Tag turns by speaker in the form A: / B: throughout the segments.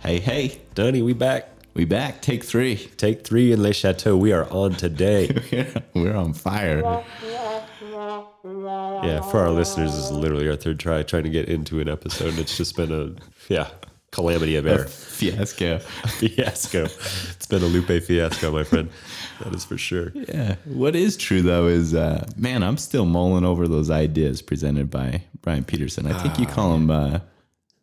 A: Hey, hey,
B: Donnie, we back.
A: we back. Take three.
B: Take three in Le Chateau. We are on today.
A: We're on fire.
B: yeah, for our listeners, this is literally our third try trying to get into an episode. It's just been a yeah calamity of error
A: Fiasco.
B: fiasco. It's been a Lupe fiasco, my friend. That is for sure.
A: Yeah. What is true though is, uh, man, I'm still mulling over those ideas presented by Brian Peterson. I think you call him. Uh,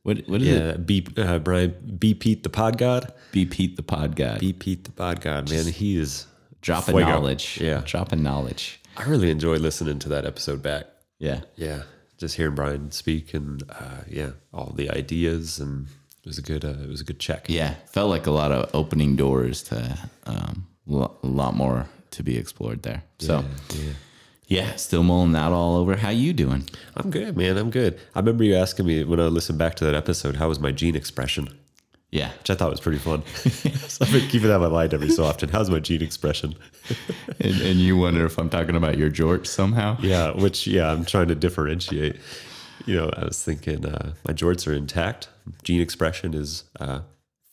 A: what what is it?
B: Ah, Yeah, B, uh, Brian B Pete the Pod God.
A: Be Pete the Pod Guy.
B: B Pete the Pod God, man, he is.
A: dropping
B: Fuego.
A: knowledge.
B: Yeah.
A: Dropping knowledge.
B: I really enjoyed listening to that episode back.
A: Yeah.
B: Yeah, just hearing Brian speak and uh, yeah, all the ideas and it was a good uh, it was a good check.
A: Yeah. Felt like a lot of opening doors to um, lo- a lot more to be explored there. So.
B: yeah.
A: Yeah, still mulling that all over. How you doing?
B: I'm good, man. I'm good. I remember you asking me when I listened back to that episode, how was my gene expression? Which
A: Yeah,
B: I thought was pretty fun. so I've been keeping that in my mind every so often. How's my gene expression?
A: and, and you wonder if I'm talking about your George somehow.
B: Yeah, which, yeah, I'm trying to differentiate. You know, I was thinking uh, my jorts are intact. Gene expression is uh,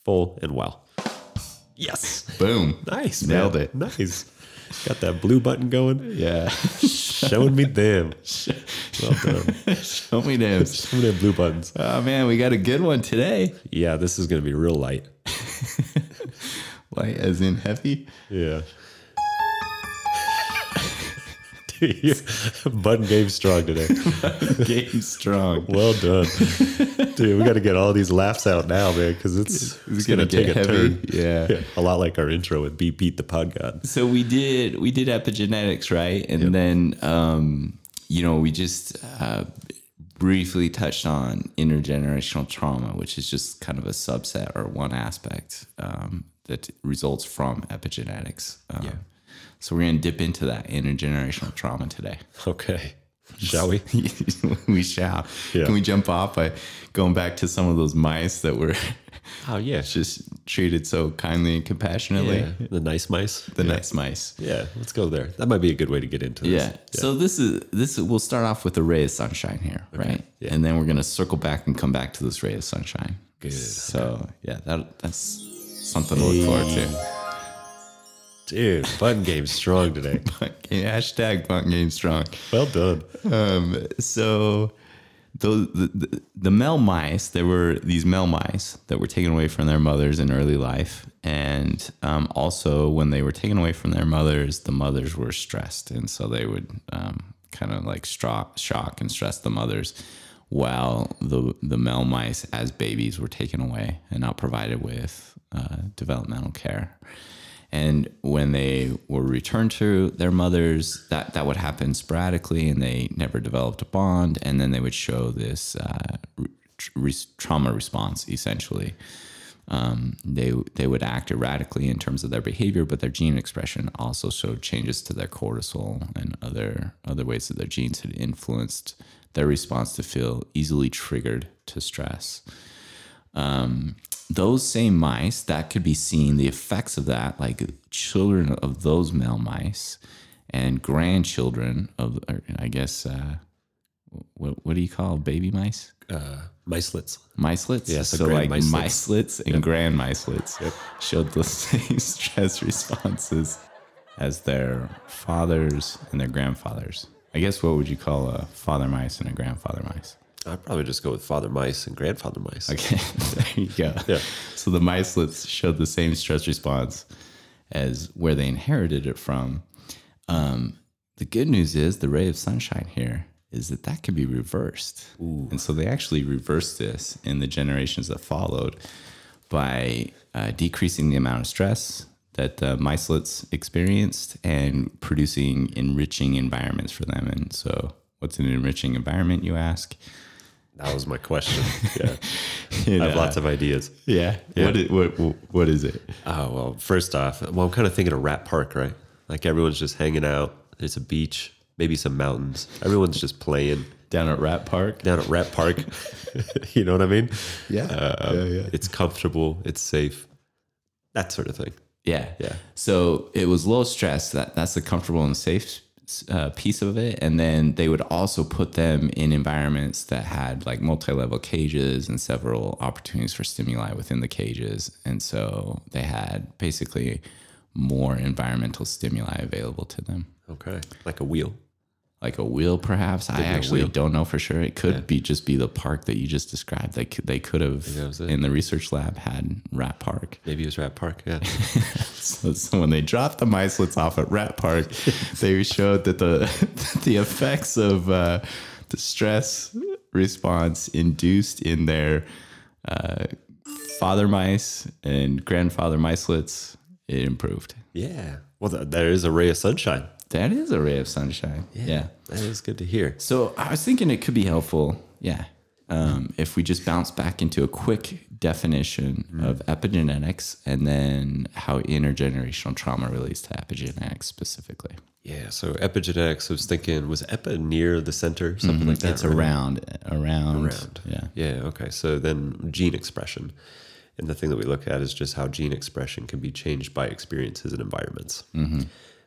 B: full and well. Yes.
A: Boom.
B: Nice.
A: Nailed
B: man.
A: it.
B: Nice. Got that blue button going,
A: Yeah.
B: showing me them. Well done.
A: Show me names.
B: Showing them blue buttons.
A: Oh man, we got a good one today.
B: Yeah, this is going to be real light.
A: Like as in heavy.
B: Yeah. Button game strong today.
A: Game strong.
B: Well done. Dude, we got to get all these laughs out now, man, because it's, it's,
A: gonna
B: going to take
A: get
B: a
A: heavy.
B: turn.
A: Yeah.
B: A lot like our intro with Beat Beat the Pod God.
A: So we did we did epigenetics, right? And then um, you know, we just uh, briefly touched on intergenerational trauma, which is just kind of a subset or one aspect um, that results from epigenetics. Um, yeah. So we're gonna dip into that intergenerational trauma today.
B: Okay. Shall we?
A: we shall.
B: Yeah.
A: Can we jump off by going back to some of those mice that were
B: Oh, yeah.
A: just treated so kindly and compassionately?
B: The nice mice.
A: The nice mice.
B: Yeah, let's go there. That might be a good way to get into this.
A: Yeah. So this is this. We'll start off with a ray of sunshine here, right? And then we're gonna circle back and come back to this ray of sunshine. Good. So yeah, that that's something to look forward to.
B: Dude, fun game strong today.
A: Hashtag punk game strong.
B: Well done.
A: Um, so those the, the, the male mice there were these male mice that were taken away from their mothers in early life and um, also when they were taken away from their mothers the mothers were stressed and so they would um, kind of like stra- shock and stress the mothers while the the male mice as babies were taken away and not provided with uh, developmental care and when they were returned to their mothers, that, that would happen sporadically and they never developed a bond. And then they would show this uh, re- re- trauma response, essentially. Um, they, they would act erratically in terms of their behavior, but their gene expression also showed changes to their cortisol and other, other ways that their genes had influenced their response to feel easily triggered to stress those same mice that could be seen the effects of that like children of those male mice and grandchildren of or i guess uh what, what do you call baby mice
B: Micelets.
A: micelets
B: Yes, the
A: so like
B: grand
A: micelets,
B: micelets.
A: and grand micelets showed the same stress responses as their fathers and their grandfathers i guess what would you call a father mice and a grandfather mice
B: I'd probably just go with father mice and grandfather mice.
A: Okay, there you go.
B: Yeah.
A: So the micelets showed the same stress response as where they inherited it from. Um, the good news is the ray of sunshine here is that that can be reversed, and so they actually reversed this in the generations that followed by uh, decreasing the amount of stress that the micelets experienced and producing enriching environments for them. And so, what's an enriching environment, you ask?
B: That was my question. Yeah.
A: And,
B: I have
A: uh,
B: lots of ideas.
A: Yeah. What, i- what, what, what is it?
B: Oh well, first off, well, I'm kind of thinking of Rat Park, right? Like everyone's just hanging out. There's a beach, maybe some mountains. Everyone's just playing
A: Down at Rat Park?
B: down at Rat Park. you know what I mean? Um,
A: Yeah. yeah, yeah.
B: It's comfortable. It's safe. That sort of thing.
A: Yeah.
B: Yeah.
A: So it was low stress. That That's the comfortable and safe uh, piece of it. And then they would also put them in environments that had like multi level cages and several opportunities for stimuli within the cages. And so they had basically more environmental stimuli available to them.
B: Okay. Like a wheel.
A: Like a wheel, perhaps. I
B: be a
A: actually
B: wheel.
A: don't know for sure. It could
B: Yeah.
A: be just be the park that you just described. They could, they could have
B: that was it.
A: in the research lab had Rat Park.
B: Maybe it was Rat Park. Yeah.
A: So, so when they dropped the micelets off at Rat Park, they showed that the the effects of uh, the stress response induced in their uh, father mice and grandfather micelets it improved.
B: yeah. Well, th- there is a ray of sunshine.
A: That is a ray of sunshine. Yeah.
B: That is good to hear.
A: So I was thinking it could be helpful. Yeah. Um, if we just bounce back into a quick definition of epigenetics and then how intergenerational trauma relates to epigenetics specifically.
B: Yeah. So epigenetics, I was thinking, was EPA near the center? Something like that.
A: It's
B: right?
A: around, around,
B: Around.
A: Yeah.
B: Yeah. Okay. So then gene expression. And the thing that we look at is just how gene expression can be changed by experiences and environments.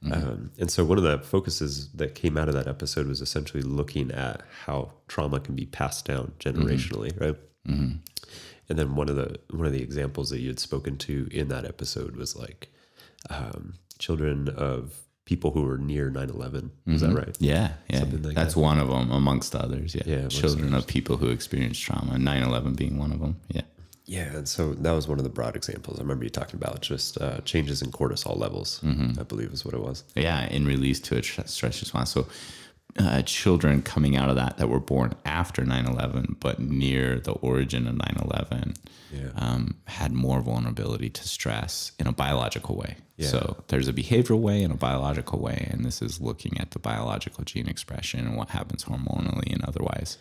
B: Um, and so one of the focuses that came out of that episode was essentially looking at how trauma can be passed down generationally, right? And then one of the one of the examples that you had spoken to in that episode was like um, children of people who were near 9-11. Is that right?
A: Yeah. Yeah.
B: Something like
A: That's one of them amongst others. Yeah.
B: Yeah, amongst
A: Children of people who experience trauma, 9 11 being one of them. Yeah.
B: Yeah, and so that was one of the broad examples. I remember you talking about just uh, changes in cortisol levels. I believe is what it was.
A: Yeah. In release to a tr- stress response. So, uh, children coming out of that that were born after 9 11, but near the origin of 9 11,
B: Yeah.
A: um, had more vulnerability to stress in a biological way. So there's a behavioral way and a biological way, and this is looking at the biological gene expression and what happens hormonally and otherwise.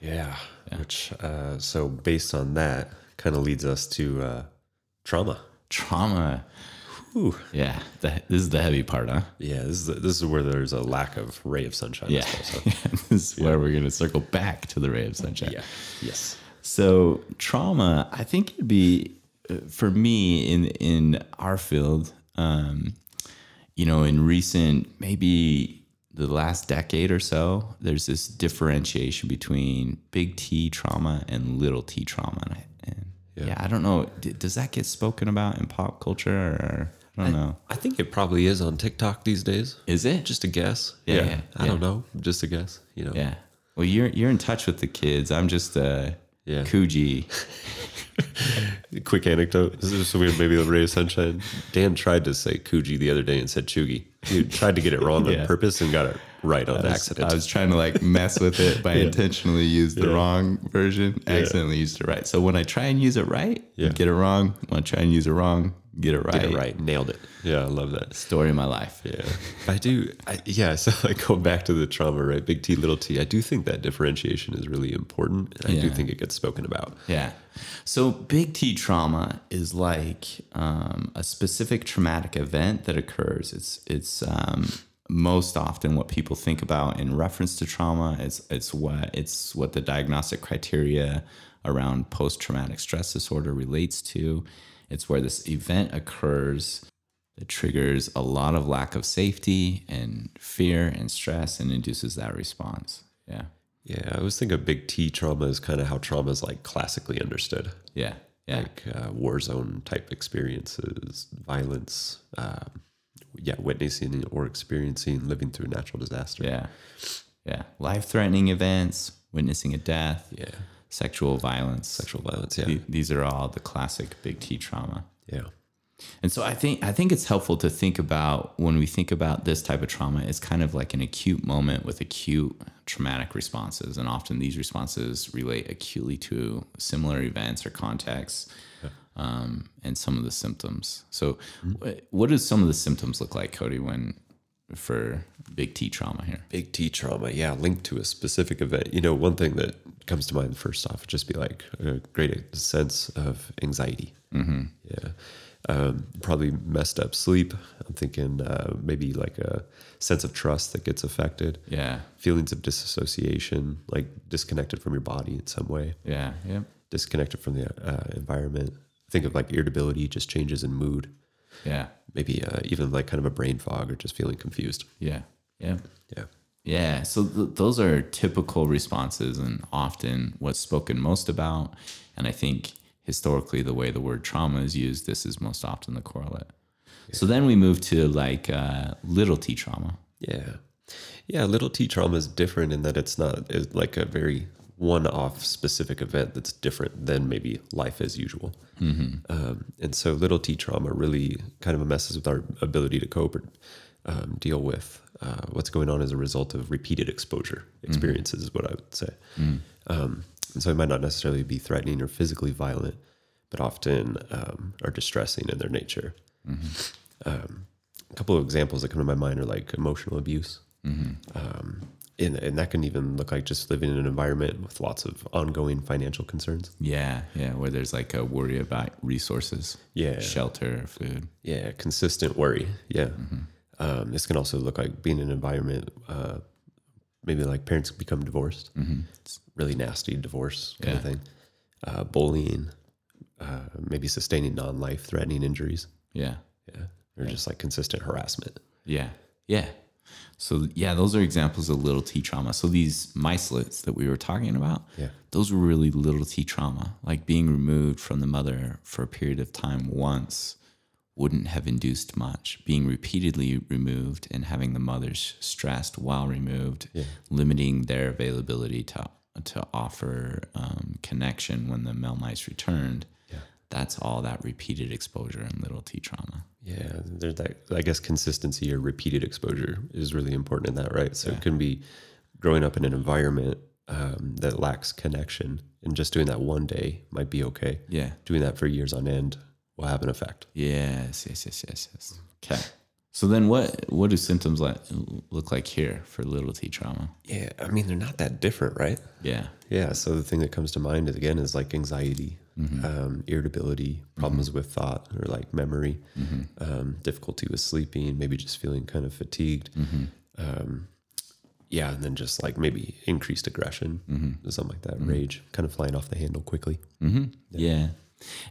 B: Yeah. Which uh, so based on that kind of leads us to uh, trauma.
A: Trauma.
B: Ooh.
A: Yeah, the, this is the heavy part, huh?
B: Yeah. This is the, this is where there's a lack of ray of sunshine. I
A: Yeah,
B: suppose.
A: this is where we're going to circle back to the ray of sunshine.
B: Yeah. Yes.
A: So trauma, I think it'd be uh, for me in in our field, um, you know, in recent maybe the last decade or so, there's this differentiation between big T trauma and little T trauma, and, I, and yeah. I don't know, d- does that get spoken about in pop culture or I don't know?
B: I think it probably is on TikTok these days.
A: Is it
B: Just a guess.
A: Yeah, yeah,
B: I don't know. Just a guess. You know.
A: Yeah. Well, you're you're in touch with the kids. I'm just a
B: Yeah.
A: Coogee.
B: Quick anecdote. This is so weird. Maybe the ray of sunshine. Dan tried to say Coogee the other day and said Chugi. He tried to get it wrong
A: Yeah.
B: on purpose and got it right on accident.
A: I was trying to like mess with it by intentionally use the wrong version, accidentally used it right. So when I try and use it right,
B: Yeah.
A: get it wrong. When I try and use it wrong, get it right.
B: Got it right. Nailed it. Yeah, I love that.
A: Story of my life.
B: Yeah. I do. I, yeah. So I go back to the trauma, right? Big T, little t. I do think that differentiation is really important. And I do
A: Yeah.
B: think it gets spoken about.
A: Yeah. So big T trauma is like um, a specific traumatic event that occurs. It's it's um, most often what people think about in reference to trauma. It's it's what it's what the diagnostic criteria around post traumatic stress disorder relates to. It's where this event occurs that triggers a lot of lack of safety and fear and stress and induces that response. Yeah.
B: Yeah. I always think of big T trauma as kind of how trauma is like classically understood,
A: Yeah. Yeah.
B: like uh, war zone type experiences, violence. Um, yeah, witnessing or experiencing living through natural disaster.
A: Yeah. Yeah. Life threatening events, witnessing a death,
B: Yeah.
A: sexual violence.
B: Sexual violence. Yeah.
A: Th- These are all the classic big T trauma.
B: Yeah.
A: And so I think I think it's helpful to think about when we think about this type of trauma, it's kind of like an acute moment with acute traumatic responses. And often these responses relate acutely to similar events or contexts um, and some of the symptoms. So
B: Mm-hmm.
A: wh- what do some of the symptoms look like, Cody, when for big T trauma here?
B: Big T trauma, yeah, linked to a specific event. You know, one thing that comes to mind first off would just be like a great sense of anxiety. Mm-hmm. Yeah, um, probably messed up sleep. I'm thinking uh, maybe like a sense of trust that gets affected.
A: Yeah.
B: Feelings of disassociation, like disconnected from your body in some way,
A: Yeah. Yep.
B: disconnected from the uh, environment. Think of like irritability, just changes in mood,
A: Yeah.
B: maybe uh, even like kind of a brain fog or just feeling confused.
A: Yeah. Yeah.
B: Yeah.
A: Yeah. So th- those are typical responses and often what's spoken most about. And I think historically, the way the word trauma is used, this is most often the correlate. So then we move to like uh, little t trauma.
B: Yeah. Yeah. Little T trauma is different in that it's not it's like a very one off specific event that's different than maybe life as usual. Um, and so little T trauma really kind of messes with our ability to cope or um, deal with uh, what's going on as a result of repeated exposure experiences, is what I would say. Um, and so it might not necessarily be threatening or physically violent, but often um, are distressing in their nature a couple of examples that come to my mind are like emotional abuse. Um, and, and that can even look like just living in an environment with lots of ongoing financial concerns.
A: Yeah. Yeah. Where there's like a worry about resources,
B: Yeah.
A: shelter, food.
B: Yeah. Consistent worry. Yeah. Um, this can also look like being in an environment, uh, maybe like parents become divorced,
A: Mm-hmm.
B: it's really nasty divorce kind of
A: Yeah.
B: thing, uh, bullying, uh, maybe sustaining non life threatening injuries.
A: Yeah.
B: Yeah. Or just like consistent harassment.
A: Yeah. Yeah. So yeah, those are examples of little T trauma. So these micelets that we were talking about,
B: Yeah.
A: those were really little T trauma. Like being removed from the mother for a period of time once wouldn't have induced much. Being repeatedly removed and having the mothers stressed while removed, limiting their availability to to offer um, connection when the male mice returned. That's all that repeated exposure and little T trauma.
B: Yeah, there's that. I guess consistency or repeated exposure is really important in that, right? So it can be growing up in an environment um, that lacks connection, and just doing that one day might be okay.
A: Yeah.
B: Doing that for years on end will have an effect.
A: Yes, yes, yes, yes, yes. Okay. So then, what what do symptoms like look like here for little t trauma?
B: Yeah, I mean they're not that different, right?
A: Yeah,
B: Yeah. So the thing that comes to mind is again is like anxiety, um, irritability, problems with thought or like memory, um, difficulty with sleeping, maybe just feeling kind of fatigued. Um, yeah, and then just like maybe increased aggression, something like that, rage, kind of flying off the handle quickly.
A: yeah.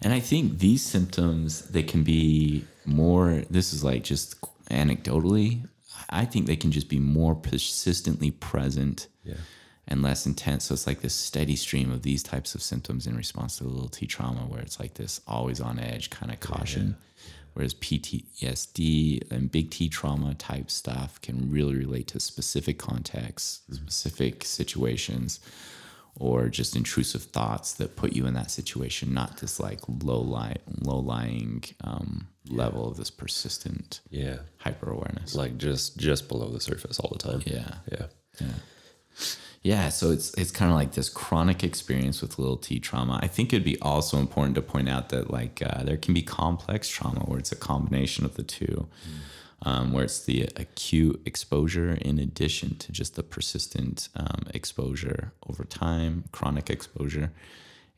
A: And I think these symptoms they can be more. This is like just anecdotally. I think they can just be more persistently present
B: Yeah,
A: and less intense. So it's like this steady stream of these types of symptoms in response to little t trauma, where it's like this always on edge kind of caution. Whereas PTSD and big T trauma type stuff can really relate to specific contexts, specific situations, or just intrusive thoughts that put you in that situation, not this like low lying, low lying um, level of this persistent
B: yeah,
A: hyper awareness.
B: like just just below the surface all the time.
A: Yeah.
B: yeah,
A: Yeah, so it's it's kind of like this chronic experience with little t trauma. I think it'd be also important to point out that like uh, there can be complex trauma where it's a combination of the two, um, where it's the acute exposure in addition to just the persistent um, exposure over time, chronic exposure,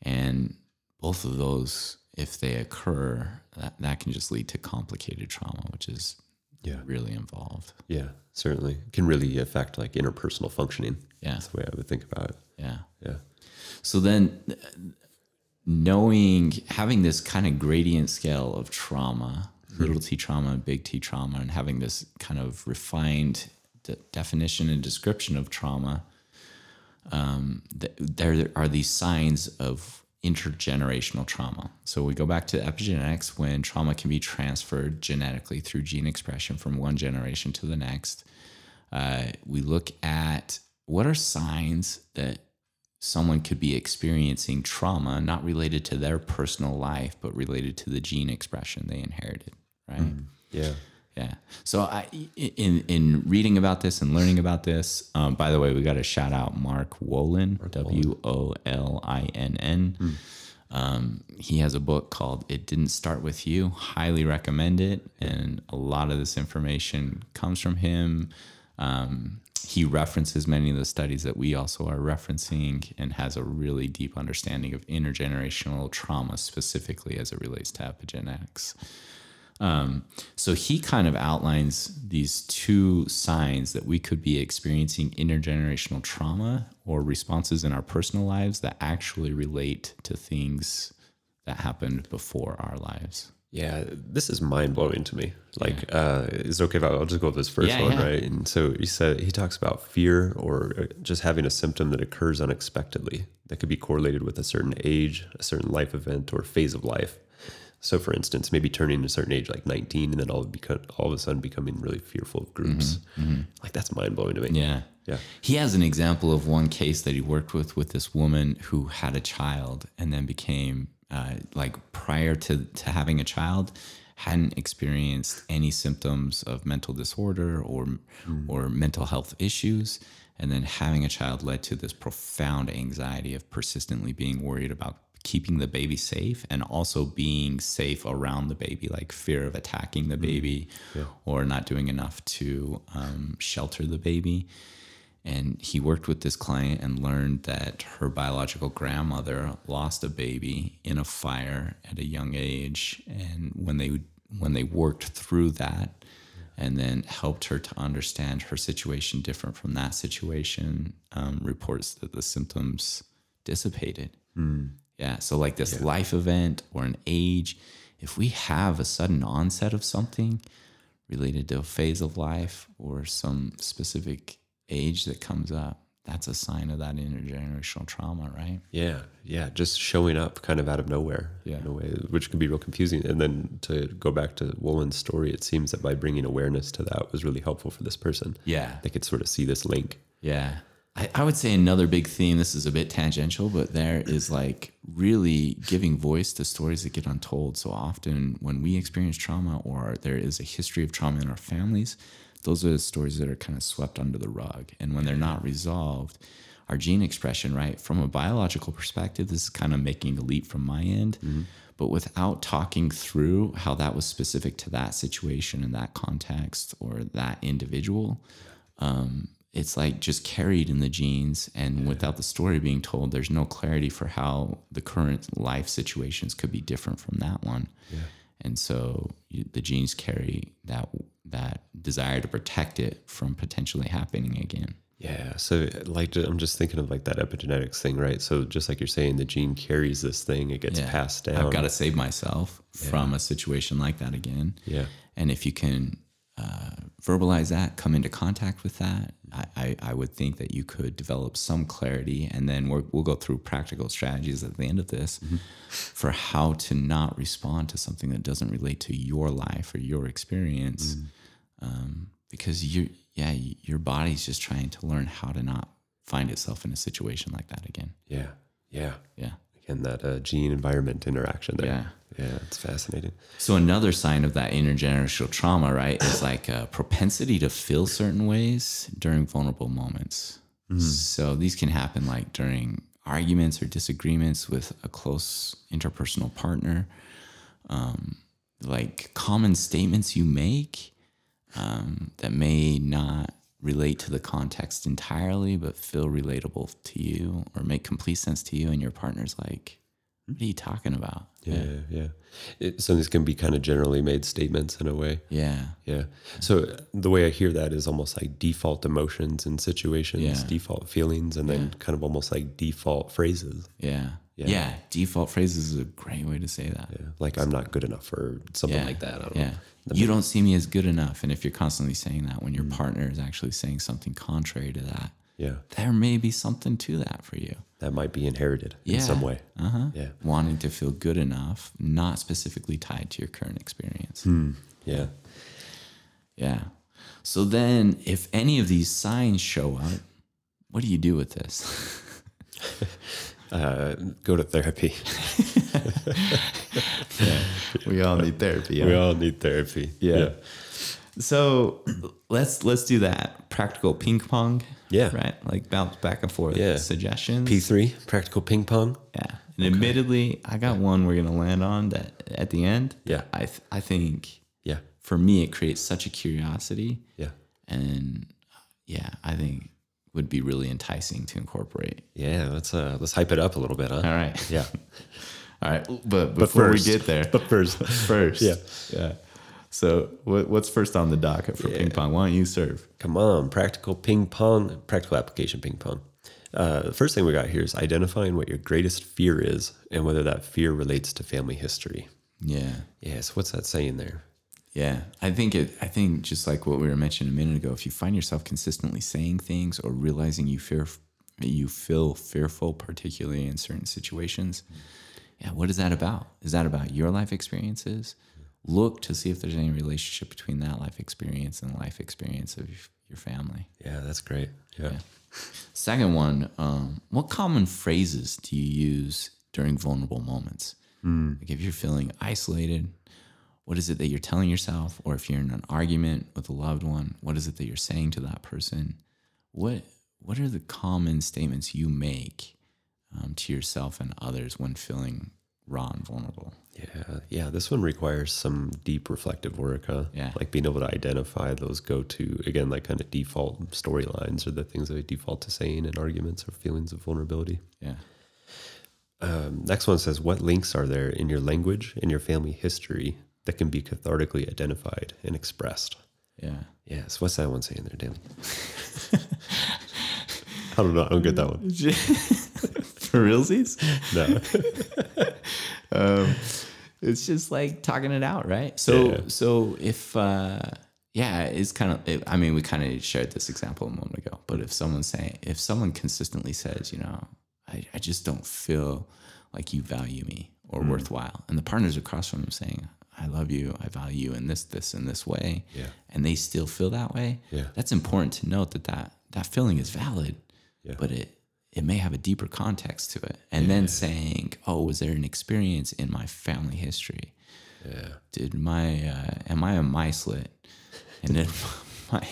A: and both of those, if they occur, that, that can just lead to complicated trauma, which is
B: Yeah.
A: really involved.
B: yeah. Certainly can really affect like interpersonal functioning.
A: Yeah,
B: That's the way I would think about it.
A: yeah.
B: Yeah.
A: So then, uh, knowing having this kind of gradient scale of trauma, little t trauma, big T trauma, and having this kind of refined de- definition and description of trauma, um, th- there are these signs of intergenerational trauma. So we go back to epigenetics when trauma can be transferred genetically through gene expression from one generation to the next. Uh, we look at what are signs that someone could be experiencing trauma not related to their personal life but related to the gene expression they inherited right
B: Yeah.
A: yeah so i in in reading about this and learning about this um, by the way we got to shout out mark wolin Hmm. w-o-l-i-n-n um, he has a book called it didn't start with you highly recommend it and a lot of this information comes from him um, he references many of the studies that we also are referencing and has a really deep understanding of intergenerational trauma specifically as it relates to epigenetics. Um, so he kind of outlines these two signs that we could be experiencing intergenerational trauma or responses in our personal lives that actually relate to things that happened before our lives.
B: Yeah, this is mind blowing to me. Like, uh, is it okay if I- I'll just go with this first
A: Yeah,
B: one,
A: yeah.
B: right? And so he said he talks about fear or uh, just having a symptom that occurs unexpectedly that could be correlated with a certain age, a certain life event, or phase of life. So, for instance, maybe turning a certain age, like 19, and then all of, become, all of a sudden becoming really fearful of groups.
A: Mm-hmm.
B: Like, that's mind blowing to me.
A: Yeah.
B: Yeah.
A: He has an example of one case that he worked with with this woman who had a child and then became uh, like prior to, to having a child hadn't experienced any symptoms of mental disorder or or mental health issues and then having a child led to this profound anxiety of persistently being worried about keeping the baby safe and also being safe around the baby, like fear of attacking the baby or not doing enough to um, shelter the baby. And he worked with this client and learned that her biological grandmother lost a baby in a fire at a young age. And when they when they worked through that and then helped her to understand her situation different from that situation, um, reports that the symptoms dissipated. Yeah. So like this life event or an age, if we have a sudden onset of something related to a phase of life or some specific age that comes up, that's a sign of that intergenerational trauma, right?
B: Yeah, yeah, just showing up kind of out of nowhere
A: Yeah.
B: in a way, which can be real confusing. And then to go back to Woolen's story, it seems that by bringing awareness to that was really helpful for this person.
A: Yeah.
B: They could sort of see this link.
A: Yeah. I, I would say another big theme, this is a bit tangential, but there is like really giving voice to stories that get untold. So often when we experience trauma or there is a history of trauma in our families, those are the stories that are kind of swept under the rug. And when they're not resolved, our gene expression, right? From a biological perspective, this is kind of making a leap from my end. But without talking through how that was specific to that situation and that context or that individual, it's like just carried in the genes and without the story being told there's no clarity for how the current life situations could be different from that one and so you, the genes carry that that desire to protect it from potentially happening again
B: Yeah. So, like, I'm just thinking of like that epigenetics thing, right? So, just like you're saying, the gene carries this thing, it gets passed down.
A: i've got to save myself from a situation like that again
B: Yeah.
A: and if you can uh, verbalize that, come into contact with that, I, I, I would think that you could develop some clarity. And then we're, we'll go through practical strategies at the end of this for how to not respond to something that doesn't relate to your life or your experience. Um, because you, yeah, y- your body's just trying to learn how to not find itself in a situation like that again.
B: Yeah. Yeah.
A: Yeah.
B: Again, that uh, gene environment interaction there.
A: Yeah.
B: Yeah. It's fascinating.
A: So another sign of that intergenerational trauma, right, is like a propensity to feel certain ways during vulnerable moments. So these can happen like during arguments or disagreements with a close interpersonal partner, um, like common statements you make um, that may not relate to the context entirely, but feel relatable to you or make complete sense to you, and your partner's like, "What are you talking about?"
B: Yeah. Yeah. It, so, these can be kind of generally made statements in a way.
A: Yeah.
B: Yeah. So the way I hear that is almost like default emotions and situations,
A: Yeah.
B: default feelings, and then kind of almost like default phrases.
A: Yeah. yeah. Default phrases is a great way to say that.
B: Yeah. Like I'm not good enough or something
A: Yeah.
B: like that. I don't
A: yeah. You don't see me as good enough. And if you're constantly saying that when your partner is actually saying something contrary to that,
B: know. Yeah.
A: there may be something to that for you.
B: That might be inherited
A: Yeah.
B: in some way.
A: Uh huh.
B: Yeah.
A: Wanting to feel good enough, not specifically tied to your current experience.
B: Hmm. Yeah.
A: Yeah. So then, if any of these signs show up, what do you do with this?
B: Uh, go to therapy.
A: we all need therapy.
B: we all need therapy.
A: Yeah. So let's let's do that practical ping pong.
B: Yeah.
A: Right. Like bounce back and forth.
B: Yeah.
A: Suggestions.
B: P3, practical ping pong.
A: Yeah. And admittedly, I got one we're gonna land on that at the end.
B: Yeah.
A: I th- I think
B: Yeah.
A: for me it creates such a curiosity,
B: Yeah.
A: and yeah, I think would be really enticing to incorporate.
B: Yeah. Let's uh let's hype it up a little bit, huh?
A: All right.
B: Yeah.
A: All right. But before
B: first-
A: we get there,
B: But first.
A: first.
B: Yeah.
A: Yeah. So what, what's first on the docket for ping pong? Why don't you serve?
B: Come on, practical ping pong, practical application ping pong. Uh, the first thing we got here is identifying what your greatest fear is and whether that fear relates to family history.
A: Yeah.
B: Yes. what's that saying there?
A: Yeah. I think it I think just like what we were mentioning a minute ago, if you find yourself consistently saying things or realizing you fear you feel fearful particularly in certain situations, yeah, what is that about? Is that about your life experiences? Look to see if there's any relationship between that life experience and the life experience of your family.
B: Yeah, that's great. Yeah.
A: Second one, um, what common phrases do you use during vulnerable moments? Like if you're feeling isolated, what is it that you're telling yourself? Or if you're in an argument with a loved one, what is it that you're saying to that person? What What are the common statements you make um, to yourself and others when feeling raw and vulnerable?
B: Yeah, yeah. This one requires some deep reflective work, huh?
A: Yeah.
B: Like being able to identify those go to, again, like kind of default storylines or the things that I default to saying in arguments or feelings of vulnerability.
A: Yeah,
B: Um, next one says, What links are there in your language and your family history that can be cathartically identified and expressed?
A: yeah.
B: Yes. What's that one saying there, Dan? I don't know. I don't get that one.
A: For realsies?
B: No.
A: it's just like talking it out, right? So
B: Um, Yeah.
A: so if uh yeah, it's kind of it, I mean, we kind of shared this example a moment ago, but if someone's saying if someone consistently says, you know, I, I just don't feel like you value me or
B: Hmm.
A: worthwhile. And the partners across from them saying, I love you, I value you in this, this, and this way.
B: Yeah.
A: And they still feel that way.
B: Yeah.
A: That's important to note that that, that feeling is valid
B: Yeah.
A: but it it may have a deeper context to it. And then saying, "Oh, was there an experience in my family history?
B: Yeah.
A: Did my uh, am I a mice lit? And did my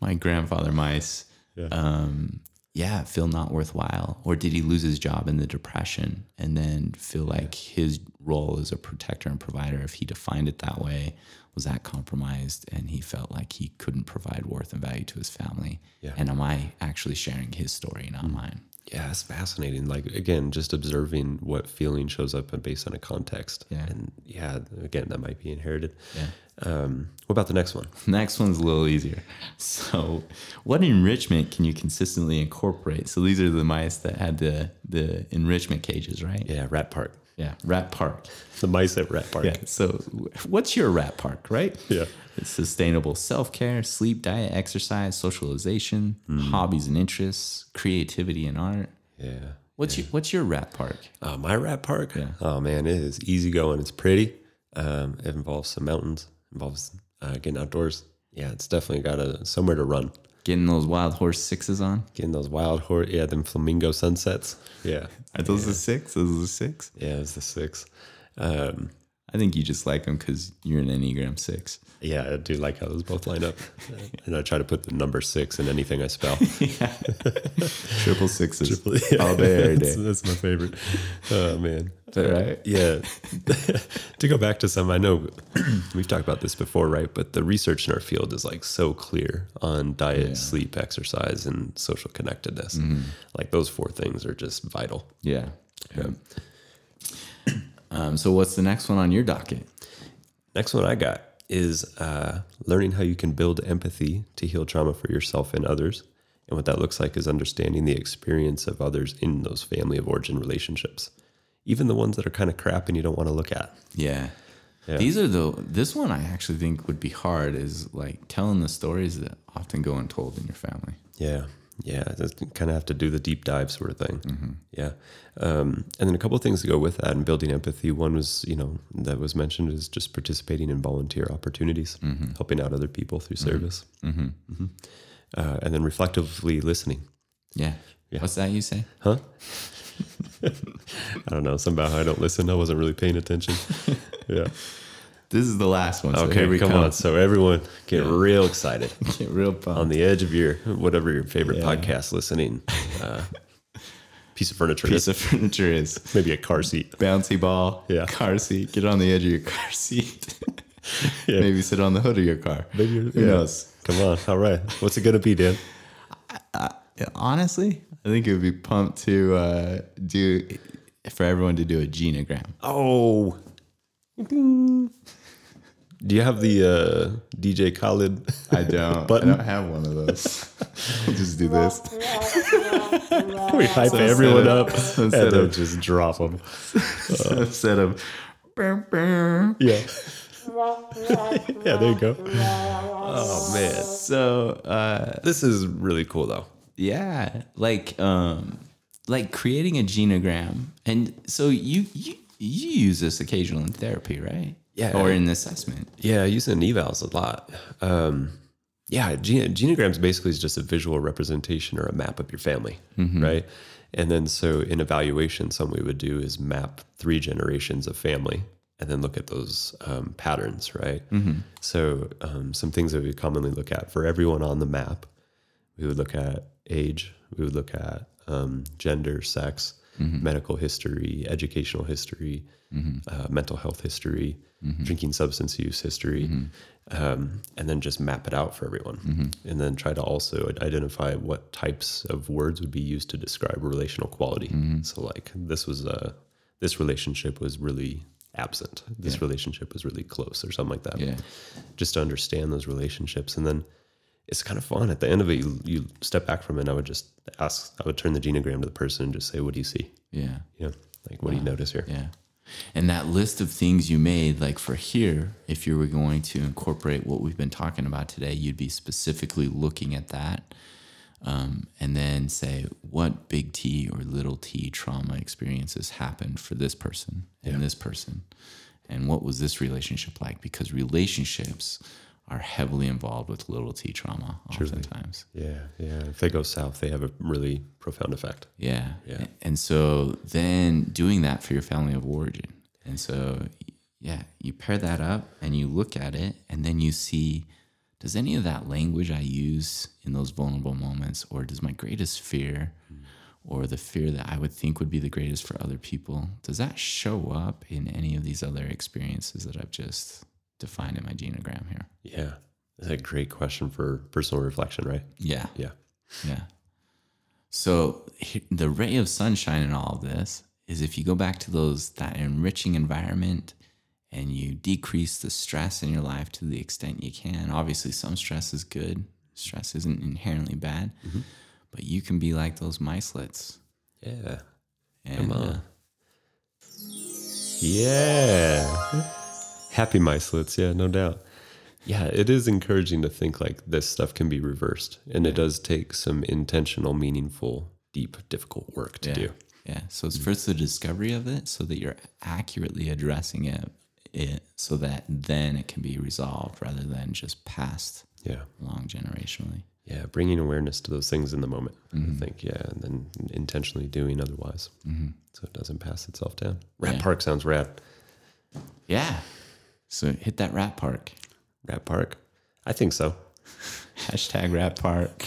A: my grandfather mice,
B: Yeah.
A: um, yeah, feel not worthwhile, or did he lose his job in the depression and then feel like his role as a protector and provider, if he defined it that way, was that compromised, and he felt like he couldn't provide worth and value to his family?
B: Yeah. Mm.
A: And am I actually sharing his story, not mine?
B: Yeah, that's fascinating. Like again, just observing what feeling shows up and based on a context.
A: Yeah.
B: And yeah, again, that might be inherited.
A: Yeah.
B: Um, what about the next one?
A: Next one's a little easier. So, what enrichment can you consistently incorporate? So these are the mice that had the the enrichment cages, right?
B: Yeah, Rat Park.
A: Yeah. Rat park.
B: The mice at Rat Park.
A: Yeah. So, what's your rat park, right?
B: Yeah.
A: It's sustainable self care, sleep, diet, exercise, socialization, hobbies and interests, creativity and art.
B: Yeah.
A: What's your What's your rat park?
B: Oh, my Rat Park. Oh man, it is easy going. It's pretty. Um, it involves some mountains. Involves uh, getting outdoors. Yeah, it's definitely got a somewhere to run.
A: Getting those wild horse sixes on?
B: Getting those wild horse. Yeah, them flamingo sunsets. Yeah.
A: Are those the six? Those the six?
B: Yeah, it was the six. Um,
A: I think you just like them because you're an Enneagram six.
B: Yeah, I do like how those both line up. and I try to put the number six in anything I spell.
A: Triple sixes.
B: All
A: day, every
B: that's, that's my favorite. Oh, man.
A: right?
B: Yeah. to go back to some, I know we've talked about this before, right? But the research in our field is like so clear on diet, sleep, exercise, and social connectedness. Like those four things are just vital.
A: Yeah. Um, so what's the next one on your docket?
B: Next one I got is uh, learning how you can build empathy to heal trauma for yourself and others. And what that looks like is understanding the experience of others in those family of origin relationships, even the ones that are kind of crap and you don't want to look at.
A: Yeah. These are the this one I actually think would be hard is like telling the stories that often go untold in your family.
B: Yeah. Yeah. Just kind of have to do the deep dive sort of thing. Yeah. Um, and then a couple of things to go with that and building empathy. One was, you know, that was mentioned is just participating in volunteer opportunities, helping out other people through service. Mhm. Uh, and then reflectively listening.
A: Yeah.
B: Yeah.
A: What's that you say?
B: huh? I don't know. Somehow I don't listen. I wasn't really paying attention. Yeah.
A: This is the last one.
B: Okay, come on. So everyone get real excited
A: Get real pumped.
B: on the edge of your whatever your favorite podcast listening uh, piece of furniture
A: Piece
B: is.
A: of furniture is
B: Maybe a car seat.
A: bouncy ball,
B: Yeah.
A: car seat. Get on the edge of your car seat.
B: Yeah.
A: Maybe sit on the hood of your car.
B: Who
A: Who knows?
B: Come on. All right. What's it going to be, Dan?
A: Yeah, honestly, I think it would be pumped to uh, do for everyone to do a genogram.
B: Oh. Do you have the uh, DJ Khaled?
A: I don't.
B: Button?
A: I don't have one of those. I'll just do this.
B: we hype everyone
A: up.
B: up and
A: Instead
B: then
A: of-
B: just drop them.
A: Instead of
B: Yeah. yeah, there you go. Oh man.
A: So uh,
B: This is really cool though.
A: yeah, like um, like creating a genogram, and so you you you use this occasionally in therapy, right?
B: Yeah.
A: or in assessment.
B: Yeah, I use it in evals a lot. Um, yeah, gen- genograms basically is just a visual representation or a map of your family, right? And then so in evaluation, something we would do is map three generations of family and then look at those um, patterns, right? So um, some things that we commonly look at for everyone on the map, we would look at age, we would look at um, gender, sex, medical history, educational history, uh, mental health history, drinking substance use history, um, and then just map it out for everyone. And then try to also identify what types of words would be used to describe relational quality. So, like, this was a, this relationship was really absent, this relationship was really close, or something like that
A: Yeah.
B: just to understand those relationships. And then it's kind of fun. At the end of it, you, you step back from it. And I would just ask, I would turn the genogram to the person and just say, What do you see?
A: Yeah.
B: You know, like, what do you notice here?
A: Yeah. And that list of things you made, like for here, if you were going to incorporate what we've been talking about today, you'd be specifically looking at that. Um, and then say, what big T or little t trauma experiences happened for this person and this person? And what was this relationship like? Because relationships are heavily involved with little t trauma oftentimes.
B: Yeah. Yeah. If they go south, they have a really profound effect.
A: Yeah. yeah. And so then doing that for your family of origin. And so, yeah, you pair that up and you look at it, and then you see does any of that language I use in those vulnerable moments, or does my greatest fear, or the fear that I would think would be the greatest for other people, does that show up in any of these other experiences that I've just defined in my genogram here?
B: Yeah. That's a great question for personal reflection, right?
A: Yeah.
B: Yeah.
A: Yeah. So he- the ray of sunshine in all of this is if you go back to those that enriching environment and you decrease the stress in your life to the extent you can. Obviously some stress is good. Stress isn't inherently bad. But you can be like those micelets.
B: Yeah.
A: And
B: on.
A: uh,
B: Yeah. Happy micelets, yeah, no doubt. Yeah, it is encouraging to think like this stuff can be reversed. And it does take some intentional, meaningful, deep, difficult work to do.
A: yeah. So it's first the discovery of it so that you're accurately addressing it, it so that then it can be resolved rather than just passed
B: Yeah.
A: along generationally.
B: Yeah. Bringing awareness to those things in the moment. I think, yeah. And then intentionally doing otherwise. So it doesn't pass itself down. Rat
A: Yeah.
B: Park sounds rad.
A: Yeah. So hit that rat park.
B: Rat Park? I think so.
A: Hashtag rat park.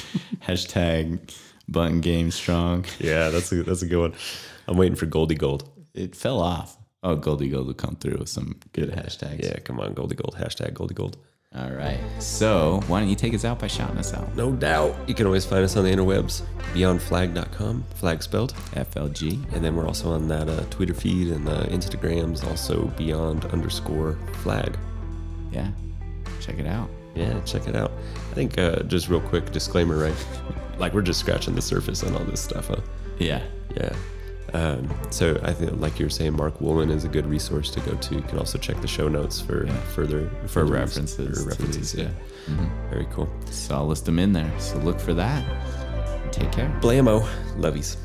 A: Hashtag button game strong.
B: Yeah, that's a, that's a good one. I'm waiting for Goldie Gold.
A: It fell off. Oh, Goldie Gold will come through with some good hashtags.
B: Yeah, come on, Goldie Gold. Hashtag Goldie Gold.
A: All right. So why don't you take us out by shouting us out?
B: No doubt. You can always find us on the interwebs, beyondflag.com, flag spelled.
A: FLG.
B: And then we're also on that uh, Twitter feed and the Instagrams, also beyond underscore flag.
A: Yeah. Check it out.
B: Yeah, check it out. I think uh, just real quick disclaimer, right? like we're just scratching the surface on all this stuff, huh?
A: Yeah.
B: Yeah. Um, so I think, like you were saying, Mark Woolen is a good resource to go to. You can also check the show notes for
A: Yeah.
B: further
A: For
B: further
A: references.
B: For
A: to
B: references,
A: these, Mm-hmm.
B: yeah. Very cool.
A: So I'll list them in there. So look for that. Take care.
B: Blammo, lovies.